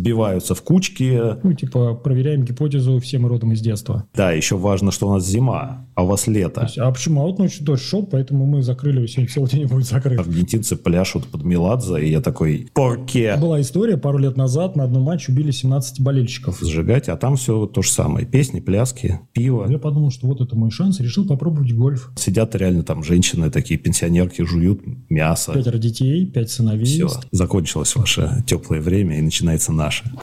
сбиваются в кучки. Ну, типа, проверяем гипотезу, все мы родом из детства. Да, еще важно, что у нас зима, а у вас То лето. есть, а почему? А вот ночью дождь шел, поэтому мы закрыли, его сегодня целый день будет закрыт. Аргентинцы пляшут под Меладзе, и я такой, порке Была история пару лет назад, на одном матче убили 17 болельщиков. сжигать, а там все то же самое. Песни, пляски, пиво. Я подумал, что вот это мой шанс, решил попробовать гольф. Сидят реально там женщины такие, пенсионерки, жуют мясо. Пятеро детей, пять сыновей. Все, закончилось ваше теплое время и начинается наше.